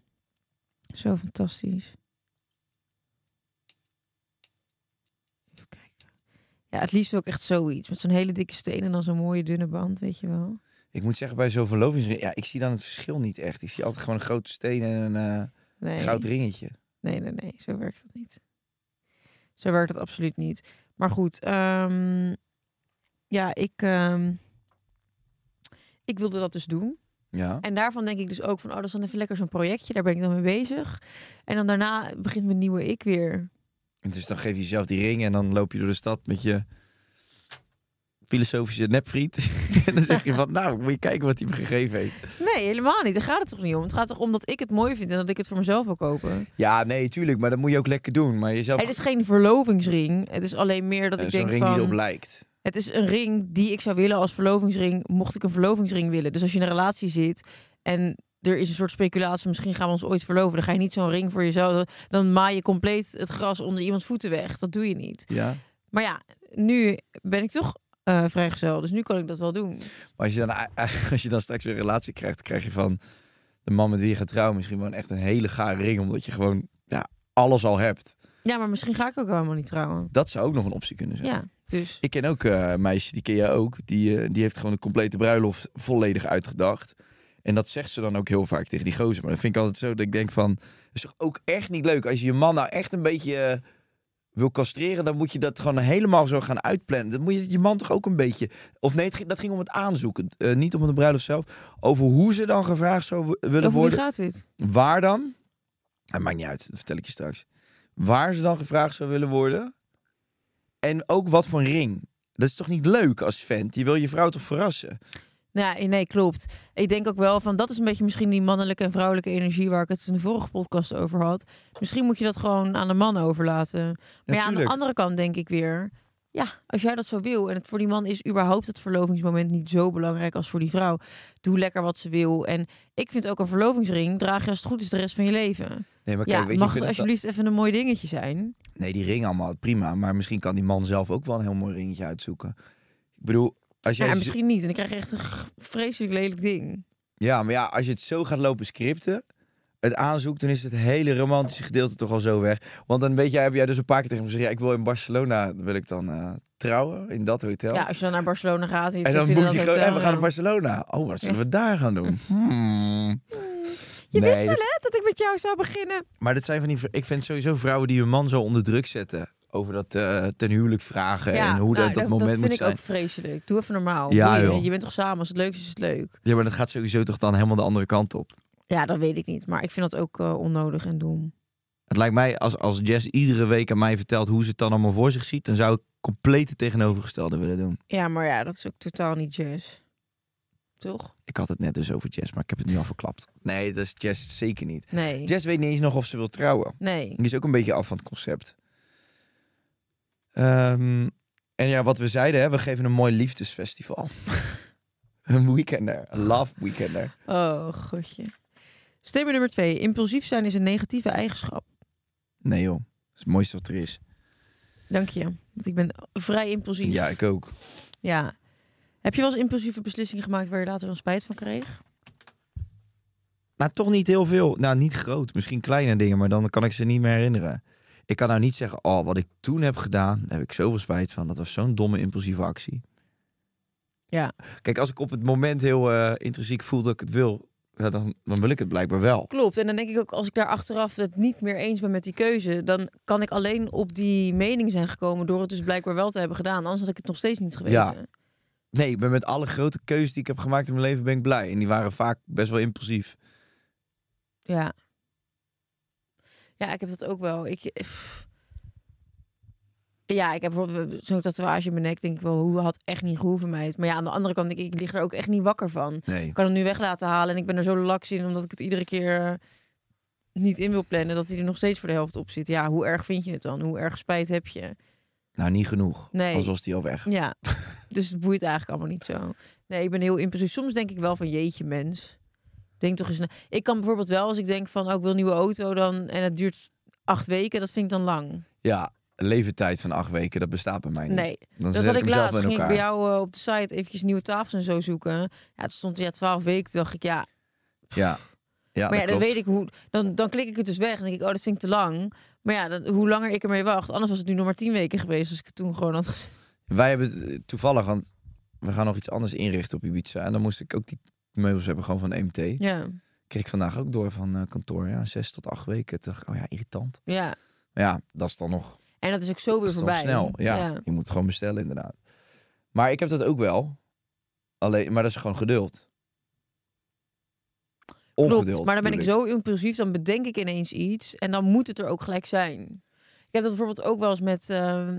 [SPEAKER 3] Zo fantastisch. Even kijken. Ja, het liefst ook echt zoiets. Met zo'n hele dikke steen en dan zo'n mooie dunne band, weet je wel.
[SPEAKER 5] Ik moet zeggen, bij zo'n verlovingsring, ja, ik zie dan het verschil niet echt. Ik zie altijd gewoon een grote steen en een eh,
[SPEAKER 3] Nee.
[SPEAKER 5] goud ringetje.
[SPEAKER 3] Nee, nee, nee, zo werkt dat niet. Zo werkt dat absoluut niet. Maar goed, ehm, ja, ik, ehm, ik wilde dat dus doen.
[SPEAKER 5] Ja.
[SPEAKER 3] En daarvan denk ik dus ook van, oh, dat is dan even lekker zo'n projectje, daar ben ik dan mee bezig. En dan daarna begint mijn nieuwe ik weer.
[SPEAKER 5] En dus dan geef je jezelf die ring en dan loop je door de stad met je filosofische nepvriend. en dan zeg je van, nou, moet je kijken wat hij me gegeven heeft.
[SPEAKER 3] Nee, helemaal niet. Daar gaat het toch niet om. Het gaat toch om dat ik het mooi vind en dat ik het voor mezelf wil kopen.
[SPEAKER 5] Ja, nee, tuurlijk, maar dat moet je ook lekker doen. Maar jezelf...
[SPEAKER 3] Het is geen verlovingsring. Het is alleen meer dat
[SPEAKER 5] Eh,
[SPEAKER 3] dus ik
[SPEAKER 5] zo'n ring
[SPEAKER 3] denk
[SPEAKER 5] die
[SPEAKER 3] van...
[SPEAKER 5] erop lijkt.
[SPEAKER 3] Het is een ring die ik zou willen als verlovingsring, mocht ik een verlovingsring willen. Dus als je in een relatie zit en er is een soort speculatie, misschien gaan we ons ooit verloven, dan ga je niet zo'n ring voor jezelf, dan maai je compleet het gras onder iemands voeten weg. Dat doe je niet.
[SPEAKER 5] Ja.
[SPEAKER 3] Maar ja, nu ben ik toch eh vrijgezel, dus nu kan ik dat wel doen.
[SPEAKER 5] Maar als je, dan, eh, als je dan straks weer een relatie krijgt, krijg je van de man met wie je gaat trouwen misschien gewoon echt een hele gare ring. Omdat je gewoon ja, alles al hebt.
[SPEAKER 3] Ja, maar misschien ga ik ook helemaal niet trouwen.
[SPEAKER 5] Dat zou ook nog een optie kunnen zijn.
[SPEAKER 3] Ja, dus
[SPEAKER 5] Ik ken ook eh, een meisje, die ken jij ook. Die, eh, die heeft gewoon de complete bruiloft volledig uitgedacht. En dat zegt ze dan ook heel vaak tegen die gozer. Maar dat vind ik altijd zo dat ik denk van... Het is toch ook echt niet leuk. Als je je man nou echt een beetje eh, wil castreren... dan moet je dat gewoon helemaal zo gaan uitplannen. Dan moet je je man toch ook een beetje... Of nee, het ging- dat ging om het aanzoeken. eh, niet om de bruiloft zelf. Over hoe ze dan gevraagd zou w- willen
[SPEAKER 3] over wie
[SPEAKER 5] worden.
[SPEAKER 3] gaat dit?
[SPEAKER 5] Waar dan? Het maakt niet uit, dat vertel ik je straks. Waar ze dan gevraagd zou willen worden. En ook wat voor een ring. Dat is toch niet leuk als vent? Je wil je vrouw toch verrassen?
[SPEAKER 3] Nou, ja, nee, klopt. Ik denk ook wel van dat is een beetje misschien die mannelijke en vrouwelijke energie waar ik het in de vorige podcast over had. Misschien moet je dat gewoon aan de man overlaten. Maar ja, aan de
[SPEAKER 5] Natuurlijk.
[SPEAKER 3] andere kant denk ik weer. Ja, als jij dat zo wil en het voor die man is überhaupt het verlovingsmoment niet zo belangrijk als voor die vrouw. Doe lekker wat ze wil. En ik vind ook een verlovingsring draag je als het goed is de rest van je leven.
[SPEAKER 5] Nee, maar
[SPEAKER 3] ja, mag het alsjeblieft even een mooi dingetje zijn?
[SPEAKER 5] Nee, die ring allemaal, prima. Maar misschien kan die man zelf ook wel een heel mooi ringetje uitzoeken. Ik bedoel, als jij...
[SPEAKER 3] Ja, misschien niet. En dan krijg je echt een g- vreselijk lelijk ding.
[SPEAKER 5] ja, maar ja, als je het zo gaat lopen scripten... Het aanzoekt, dan is het hele romantische gedeelte toch al zo weg. Want dan weet jij, heb jij dus een paar keer tegen me gezegd... Ja, ik wil in Barcelona, wil ik dan eh, trouwen, in dat hotel.
[SPEAKER 3] Ja, als je dan naar Barcelona gaat en je
[SPEAKER 5] En
[SPEAKER 3] zit
[SPEAKER 5] dan
[SPEAKER 3] in
[SPEAKER 5] boekt
[SPEAKER 3] dat
[SPEAKER 5] hij gewoon,
[SPEAKER 3] hotel,
[SPEAKER 5] en we gaan
[SPEAKER 3] ja.
[SPEAKER 5] naar Barcelona. Oh, wat zullen we daar gaan doen? Hmm.
[SPEAKER 3] Je
[SPEAKER 5] Nee,
[SPEAKER 3] wist wel
[SPEAKER 5] dat-
[SPEAKER 3] hè, dat ik met jou zou beginnen.
[SPEAKER 5] Maar dat zijn van die, vr- ik vind sowieso vrouwen die hun man zo onder druk zetten. Over dat eh, ten huwelijk vragen en hoe
[SPEAKER 3] nou,
[SPEAKER 5] dat, dat moment
[SPEAKER 3] vind
[SPEAKER 5] moet
[SPEAKER 3] ik
[SPEAKER 5] zijn.
[SPEAKER 3] ook vreselijk. Doe even normaal.
[SPEAKER 5] Ja,
[SPEAKER 3] Boeien,
[SPEAKER 5] joh.
[SPEAKER 3] je bent toch samen, als het leuk is, is het leuk.
[SPEAKER 5] Ja, maar dat gaat sowieso toch dan helemaal de andere kant op.
[SPEAKER 3] Ja, dat weet ik niet. Maar ik vind dat ook eh, onnodig en dom.
[SPEAKER 5] Het lijkt mij, als, als Jess iedere week aan mij vertelt hoe ze het dan allemaal voor zich ziet, dan zou ik compleet het tegenovergestelde willen doen.
[SPEAKER 3] Ja, maar ja, dat is ook totaal niet jazz. Toch?
[SPEAKER 5] Ik had het net dus over Jess, maar ik heb het nu al verklapt. Nee, dat is Jess zeker niet.
[SPEAKER 3] Nee.
[SPEAKER 5] Jess weet niet eens nog of ze wil trouwen.
[SPEAKER 3] Nee.
[SPEAKER 5] Die is ook een beetje af van het concept. Ehm, en ja, wat we zeiden, hè, we geven een mooi liefdesfestival. een weekender, een love weekender.
[SPEAKER 3] Oh, godje. Stemmer nummer twee. Impulsief zijn is een negatieve eigenschap.
[SPEAKER 5] Nee joh, dat is het mooiste wat er is.
[SPEAKER 3] Dank je. Want ik ben vrij impulsief.
[SPEAKER 5] Ja, ik ook.
[SPEAKER 3] Ja. Heb je wel eens impulsieve beslissingen gemaakt waar je later dan spijt van kreeg?
[SPEAKER 5] Nou, toch niet heel veel. Nou, niet groot. Misschien kleine dingen, maar dan kan ik ze niet meer herinneren. Ik kan nou niet zeggen, oh, wat ik toen heb gedaan, daar heb ik zoveel spijt van. Dat was zo'n domme, impulsieve actie.
[SPEAKER 3] Ja.
[SPEAKER 5] Kijk, als ik op het moment heel eh, intrinsiek voel dat ik het wil, ja, dan, dan wil ik het blijkbaar wel.
[SPEAKER 3] Klopt. En dan denk ik ook, als ik daar achteraf het niet meer eens ben met die keuze, dan kan ik alleen op die mening zijn gekomen door het dus blijkbaar wel te hebben gedaan. Anders had ik het nog steeds niet geweten.
[SPEAKER 5] Ja. Nee, ik ben met alle grote keuzes die ik heb gemaakt in mijn leven ben ik blij. En die waren vaak best wel impulsief.
[SPEAKER 3] Ja. Ja, ik heb dat ook wel. Ik, pff. ja, ik heb bijvoorbeeld eh, zo'n tatoeage in mijn nek. Denk ik wel, hoe had echt niet gehoeven, meid. Maar ja, aan de andere kant, denk ik, ik lig er ook echt niet wakker van.
[SPEAKER 5] Nee.
[SPEAKER 3] Ik kan hem nu weg laten halen en ik ben er zo laks in, omdat ik het iedere keer eh, niet in wil plannen, dat hij er nog steeds voor de helft op zit. Ja, hoe erg vind je het dan? Hoe erg spijt heb je?
[SPEAKER 5] Nou, niet genoeg.
[SPEAKER 3] Nee.
[SPEAKER 5] Anders was die al weg.
[SPEAKER 3] Ja, Dus het boeit eigenlijk allemaal niet zo. Nee, ik ben heel impulsief. Soms denk ik wel van jeetje mens. Denk toch eens na. Ik kan bijvoorbeeld wel als ik denk van oh, ik wil een nieuwe auto dan en het duurt acht weken. Dat vind ik dan lang.
[SPEAKER 5] Ja, een levertijd van acht weken, dat bestaat bij mij niet.
[SPEAKER 3] Nee.
[SPEAKER 5] Dan
[SPEAKER 3] dat
[SPEAKER 5] zet
[SPEAKER 3] had
[SPEAKER 5] ik
[SPEAKER 3] ik
[SPEAKER 5] mezelf
[SPEAKER 3] laatst.
[SPEAKER 5] in
[SPEAKER 3] Ging ik
[SPEAKER 5] elkaar.
[SPEAKER 3] bij jou eh, op de site eventjes nieuwe tafels en zo zoeken. Ja, het stond ja twaalf weken. Toen dacht ik ja,
[SPEAKER 5] Ja. ja Ah,
[SPEAKER 3] maar ja,
[SPEAKER 5] dat
[SPEAKER 3] dan
[SPEAKER 5] klopt.
[SPEAKER 3] weet ik hoe. Dan, dan klik ik het dus weg. En denk ik, oh, dat vind ik te lang. Maar ja, dan, hoe langer ik ermee wacht. Anders was het nu nog maar tien weken geweest. Als ik het toen gewoon had gezien.
[SPEAKER 5] Wij hebben eh, toevallig, want we gaan nog iets anders inrichten op Ibiza. En dan moest ik ook die meubels hebben, gewoon van MT.
[SPEAKER 3] Ja,
[SPEAKER 5] Kreeg ik vandaag ook door van eh, kantoor. Ja, zes tot acht weken. Toen dacht ik, oh ja, irritant.
[SPEAKER 3] ja.
[SPEAKER 5] Maar ja, dat is dan nog
[SPEAKER 3] En dat is ook zo
[SPEAKER 5] dat
[SPEAKER 3] weer
[SPEAKER 5] is dan
[SPEAKER 3] voorbij.
[SPEAKER 5] snel. Ja, je moet het gewoon bestellen inderdaad. Maar ik heb dat ook wel. Alleen, maar dat is gewoon geduld. Ongeduld.
[SPEAKER 3] Klopt, maar dan ben ik
[SPEAKER 5] bedoel
[SPEAKER 3] zo impulsief, dan bedenk ik ineens iets en dan moet het er ook gelijk zijn. Ik heb dat bijvoorbeeld ook wel eens met ehm,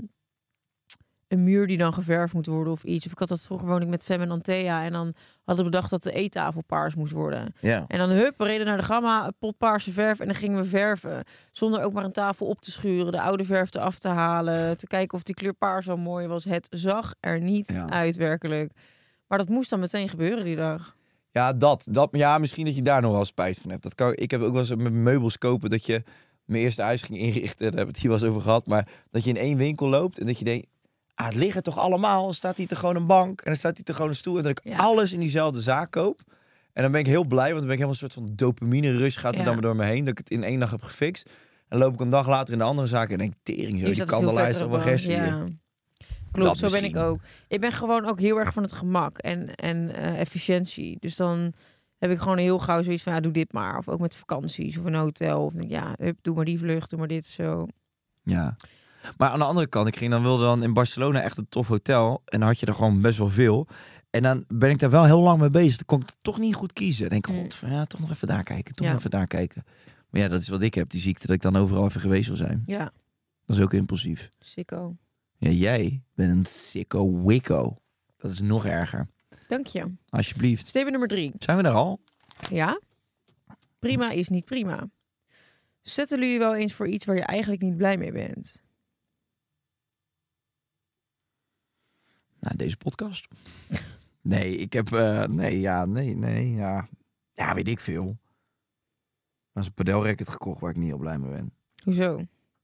[SPEAKER 3] een muur die dan geverfd moet worden of iets. Of ik had dat vroeger woon ik met Fem en Antea en dan hadden we bedacht dat de eettafel paars moest worden.
[SPEAKER 5] Ja.
[SPEAKER 3] En dan hup, we reden naar de gamma, pot paarse verf en dan gingen we verven. Zonder ook maar een tafel op te schuren, de oude verf eraf te halen, te kijken of die kleur paars al mooi was. Het zag er niet
[SPEAKER 5] Ja.
[SPEAKER 3] uit werkelijk. Maar dat moest dan meteen gebeuren die dag.
[SPEAKER 5] Ja, dat, dat. Ja, misschien dat je daar nog wel spijt van hebt. Dat kan, ik heb ook wel eens met meubels kopen dat je mijn eerste huis ging inrichten. Daar hebben we het hier wel eens over gehad. Maar dat je in één winkel loopt en dat je denkt... Ah, het liggen toch allemaal? Staat hier toch gewoon een bank? En dan staat hier toch gewoon een stoel? En dat ik
[SPEAKER 3] Ja.
[SPEAKER 5] alles in diezelfde zaak koop. En dan ben ik heel blij, want dan ben ik helemaal een soort van dopamine-rush. Gaat er
[SPEAKER 3] Ja.
[SPEAKER 5] dan maar door me heen, dat ik het in één dag heb gefixt. En loop ik een dag later in de andere zaak en denk tering zo,
[SPEAKER 3] Hier
[SPEAKER 5] je
[SPEAKER 3] staat een
[SPEAKER 5] kan de
[SPEAKER 3] veel
[SPEAKER 5] lijst
[SPEAKER 3] vettere
[SPEAKER 5] op een
[SPEAKER 3] bank,
[SPEAKER 5] gestie hier.
[SPEAKER 3] Klopt,
[SPEAKER 5] Dat
[SPEAKER 3] zo ben ik
[SPEAKER 5] misschien.
[SPEAKER 3] ook. Ik ben gewoon ook heel erg van het gemak en, en eh, efficiëntie. Dus dan heb ik gewoon heel gauw zoiets van, ja, doe dit maar. Of ook met vakanties of een hotel. Of denk, ik, ja, hup, doe maar die vlucht, doe maar dit, zo.
[SPEAKER 5] Ja. Maar aan de andere kant, ik ging dan wilde dan in Barcelona echt een tof hotel. En dan had je er gewoon best wel veel. En dan ben ik daar wel heel lang mee bezig. Dan kon ik toch niet goed kiezen. Dan denk ik,
[SPEAKER 3] Nee.
[SPEAKER 5] god, van, ja, toch nog even daar kijken. Toch
[SPEAKER 3] Ja.
[SPEAKER 5] nog even daar kijken. Maar ja, dat is wat ik heb, die ziekte. Dat ik dan overal even geweest wil zijn.
[SPEAKER 3] Ja,
[SPEAKER 5] Dat is ook impulsief.
[SPEAKER 3] sicko.
[SPEAKER 5] Ja, jij bent een sicko wicko. Dat is nog erger.
[SPEAKER 3] Dank je.
[SPEAKER 5] Alsjeblieft.
[SPEAKER 3] Statement nummer drie.
[SPEAKER 5] Zijn we er al?
[SPEAKER 3] Ja? Prima is niet prima. Zetten jullie wel eens voor iets waar je eigenlijk niet blij mee bent?
[SPEAKER 5] Nou, deze podcast. nee, ik heb... eh, nee, ja, nee, nee, ja. Ja, weet ik veel. Er is een padelracket gekocht waar ik niet heel blij mee ben.
[SPEAKER 3] Hoezo?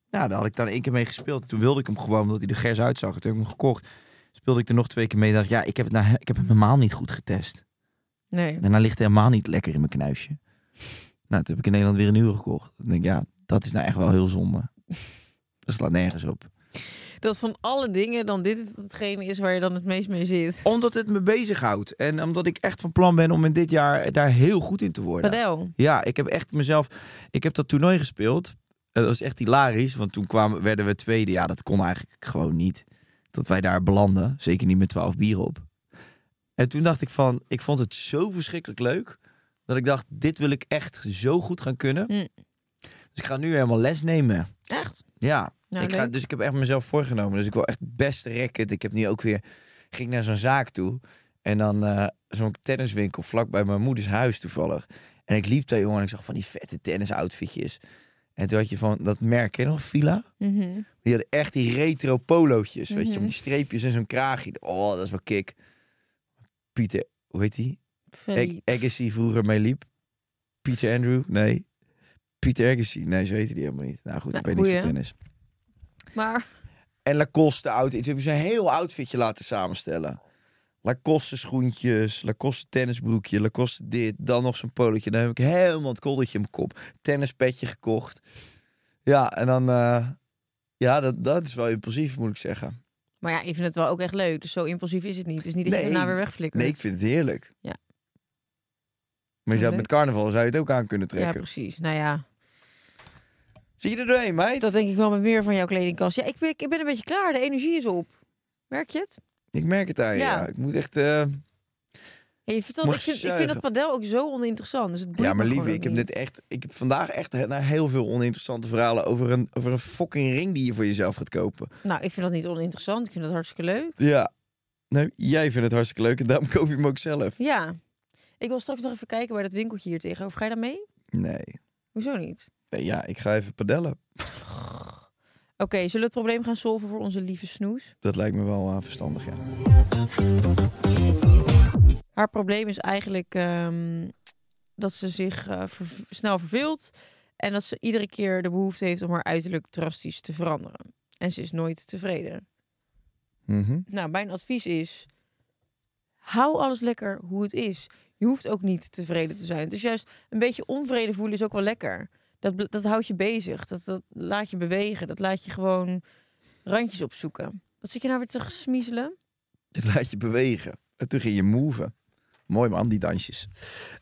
[SPEAKER 5] Nou, daar had ik dan één keer mee gespeeld. Toen wilde ik hem gewoon, omdat hij er gers uitzag. Toen heb ik hem gekocht. Speelde ik er nog twee keer mee. Dacht, ik, ja, ik heb, het nou, ik heb hem helemaal niet goed getest.
[SPEAKER 3] Nee.
[SPEAKER 5] Daarna ligt hij helemaal niet lekker in mijn knuisje. Nou, toen heb ik in Nederland weer een uur gekocht. Dan denk ik, ja, dat is nou echt wel heel zonde. Dat slaat nergens op.
[SPEAKER 3] Dat van alle dingen dan dit het- hetgene is waar je dan het meest mee zit.
[SPEAKER 5] Omdat het me bezighoudt. En omdat ik echt van plan ben om in dit jaar daar heel goed in te worden.
[SPEAKER 3] Padel.
[SPEAKER 5] Oh, Ja, ik heb echt mezelf. Ik heb dat toernooi gespeeld. Eh, Dat was echt hilarisch. Want toen kwamen, werden we tweede. Ja, dat kon eigenlijk gewoon niet. Dat wij daar belanden. Zeker niet met twaalf bieren op. En toen dacht ik van, ik vond het zo verschrikkelijk leuk. Dat ik dacht, dit wil ik echt zo goed gaan kunnen.
[SPEAKER 3] Mm.
[SPEAKER 5] Dus ik ga nu helemaal les nemen.
[SPEAKER 3] Echt?
[SPEAKER 5] Ja,
[SPEAKER 3] Nou,
[SPEAKER 5] ik ga,
[SPEAKER 3] leuk.
[SPEAKER 5] dus ik heb echt mezelf voorgenomen. Dus ik wil echt het beste racket. Ik heb nu ook weer, ging naar zo'n zaak toe. En dan eh, zo'n tenniswinkel vlak bij mijn moeders huis toevallig. En ik liep daar jongen en ik zag van die vette tennisoutfitjes. En toen had je van dat merk, ken je nog Fila?
[SPEAKER 3] Mhm.
[SPEAKER 5] Die hadden echt die retro polootjes, weet je.
[SPEAKER 3] Mhm.
[SPEAKER 5] Met die streepjes en zo'n kraagje. Oh, dat is wel kick. Pieter, hoe heet die?
[SPEAKER 3] Ferry.
[SPEAKER 5] Ag- Agassi vroeger mee liep. Pieter Andrew? Nee. Pieter Agassi? Nee, zo heette die helemaal niet. Nou goed,
[SPEAKER 3] Nou,
[SPEAKER 5] ik weet niet van
[SPEAKER 3] boeien.
[SPEAKER 5] tennis.
[SPEAKER 3] Maar
[SPEAKER 5] En Lacoste outfit. Toen hebben ze een heel outfitje laten samenstellen. Lacoste schoentjes, Lacoste tennisbroekje, Lacoste dit, dan nog zo'n polootje. Dan heb ik helemaal het koldertje in mijn kop. Tennispetje gekocht. Ja, en dan... eh, ja, dat, dat is wel impulsief, moet ik zeggen.
[SPEAKER 3] Maar ja, ik vind het wel ook echt leuk. Dus zo impulsief is het niet. Het is niet dat je
[SPEAKER 5] Nee.
[SPEAKER 3] daarna nou weer wegflikkert.
[SPEAKER 5] Nee, ik vind het heerlijk.
[SPEAKER 3] Ja.
[SPEAKER 5] Maar je zou,
[SPEAKER 3] Leuk.
[SPEAKER 5] met carnaval zou je het ook aan kunnen
[SPEAKER 3] ja,
[SPEAKER 5] trekken.
[SPEAKER 3] precies. Nou ja,
[SPEAKER 5] Zie je er doorheen, meid?
[SPEAKER 3] dat denk ik wel met meer van jouw kledingkast. Ja, ik, ben- ik ben een beetje klaar. De energie is op. Merk je het?
[SPEAKER 5] Ik merk het aan je, ja.
[SPEAKER 3] Ja.
[SPEAKER 5] Ik moet echt... eh,
[SPEAKER 3] Ja, je vertelt,
[SPEAKER 5] Moet
[SPEAKER 3] ik, vind, ik vind
[SPEAKER 5] zuigen.
[SPEAKER 3] dat padel ook zo oninteressant. Dus het boeit
[SPEAKER 5] Ja, maar
[SPEAKER 3] me
[SPEAKER 5] lieve,
[SPEAKER 3] gewoon ook
[SPEAKER 5] ik heb
[SPEAKER 3] niet.
[SPEAKER 5] net echt, ik heb vandaag echt he- naar heel veel oninteressante verhalen over een, over een fucking ring die je voor jezelf gaat kopen.
[SPEAKER 3] Nou, ik vind dat niet oninteressant. Ik vind dat hartstikke leuk.
[SPEAKER 5] Ja. Nee, jij vindt het hartstikke leuk en daarom koop je hem ook zelf.
[SPEAKER 3] Ja. Ik wil straks nog even kijken bij dat winkeltje hier tegenover. Ga je daar mee?
[SPEAKER 5] Nee.
[SPEAKER 3] Hoezo niet?
[SPEAKER 5] Nee, ja, ik ga even padellen.
[SPEAKER 3] Oké, zullen we het probleem gaan solven voor onze lieve snoes?
[SPEAKER 5] Dat lijkt me wel eh, verstandig, ja.
[SPEAKER 3] Haar probleem is eigenlijk ehm, dat ze zich eh, ver- snel verveelt. En dat ze iedere keer de behoefte heeft om haar uiterlijk drastisch te veranderen. En ze is nooit tevreden.
[SPEAKER 5] Mhm.
[SPEAKER 3] Nou, mijn advies is: hou alles lekker hoe het is. Je hoeft ook niet tevreden te zijn. Het is juist een beetje onvrede voelen is ook wel lekker. Dat, bl- dat houdt je bezig. Dat, dat laat je bewegen. Dat laat je gewoon randjes opzoeken. Wat zit je nou weer te gesmiezelen?
[SPEAKER 5] Dit laat je bewegen. En toen ging je moven. Mooi man, die dansjes.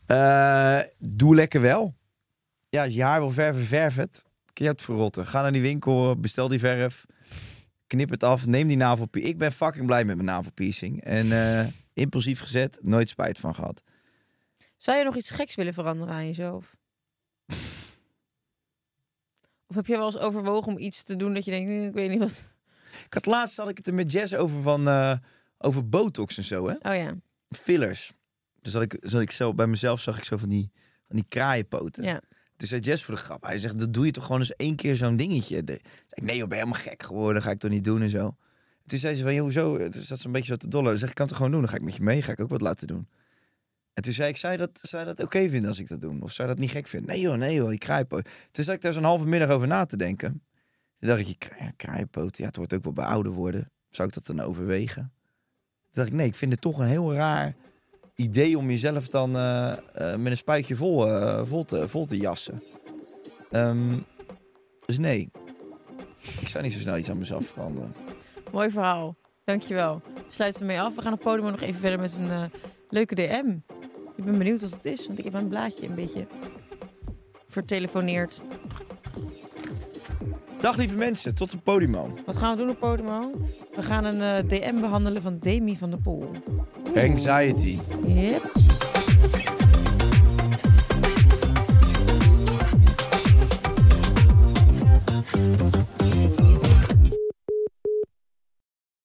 [SPEAKER 5] Eh, doe lekker wel. Ja, als je haar wil verven, verf het. Kun je het verrotten. Ga naar die winkel, bestel die verf. Knip het af, neem die navelpiercing. Ik ben fucking blij met mijn navelpiercing. En eh, impulsief gezet, nooit spijt van gehad.
[SPEAKER 3] Zou je nog iets geks willen veranderen aan jezelf? Of heb je wel eens overwogen om iets te doen dat je denkt, "Hm, ik weet niet wat.
[SPEAKER 5] Ik had laatst had ik het er met Jess over van eh, over botox en zo, hè?
[SPEAKER 3] Oh ja,
[SPEAKER 5] Fillers. Dus had ik, zat ik zo, bij mezelf zag ik zo van die, van die kraaienpoten.
[SPEAKER 3] ja.
[SPEAKER 5] Toen zei Jess voor de grap. Hij zegt, dat doe je toch gewoon eens één keer zo'n dingetje. De- Zei ik, nee, joh, ben je helemaal gek geworden. Ga ik toch niet doen en zo. Toen zei ze van, joh, hoezo? Toen zat ze een beetje zo te dollen. Zeg, ik kan het toch gewoon doen? Dan ga ik met je mee. Ga ik ook wat laten doen. En toen zei ik, zou je dat, zou je dat oké vinden als ik dat doe? Of zou je dat niet gek vinden? Nee joh, nee joh, je kraaienpoot. Toen zat ik daar zo'n halve middag over na te denken. Toen dacht ik, je kra- ja, kraaienpoot, ja, het wordt ook wel bij ouder worden. Zou ik dat dan overwegen? Toen dacht ik, nee, ik vind het toch een heel raar idee om jezelf dan eh, eh, met een spuitje vol, eh, vol, te, vol te jassen. Ehm, dus nee, ik zou niet zo snel iets aan mezelf veranderen.
[SPEAKER 3] Mooi verhaal. Dankjewel. Sluiten we mee af. We gaan op podium nog even verder met een eh, leuke DM. Ik ben benieuwd wat het is, want ik heb mijn blaadje een beetje vertelefoneerd.
[SPEAKER 5] Dag lieve mensen, tot de podium.
[SPEAKER 3] Wat gaan we doen op Podimo? We gaan een eh, DM behandelen van Demi van der Poel.
[SPEAKER 5] Anxiety.
[SPEAKER 3] Yep.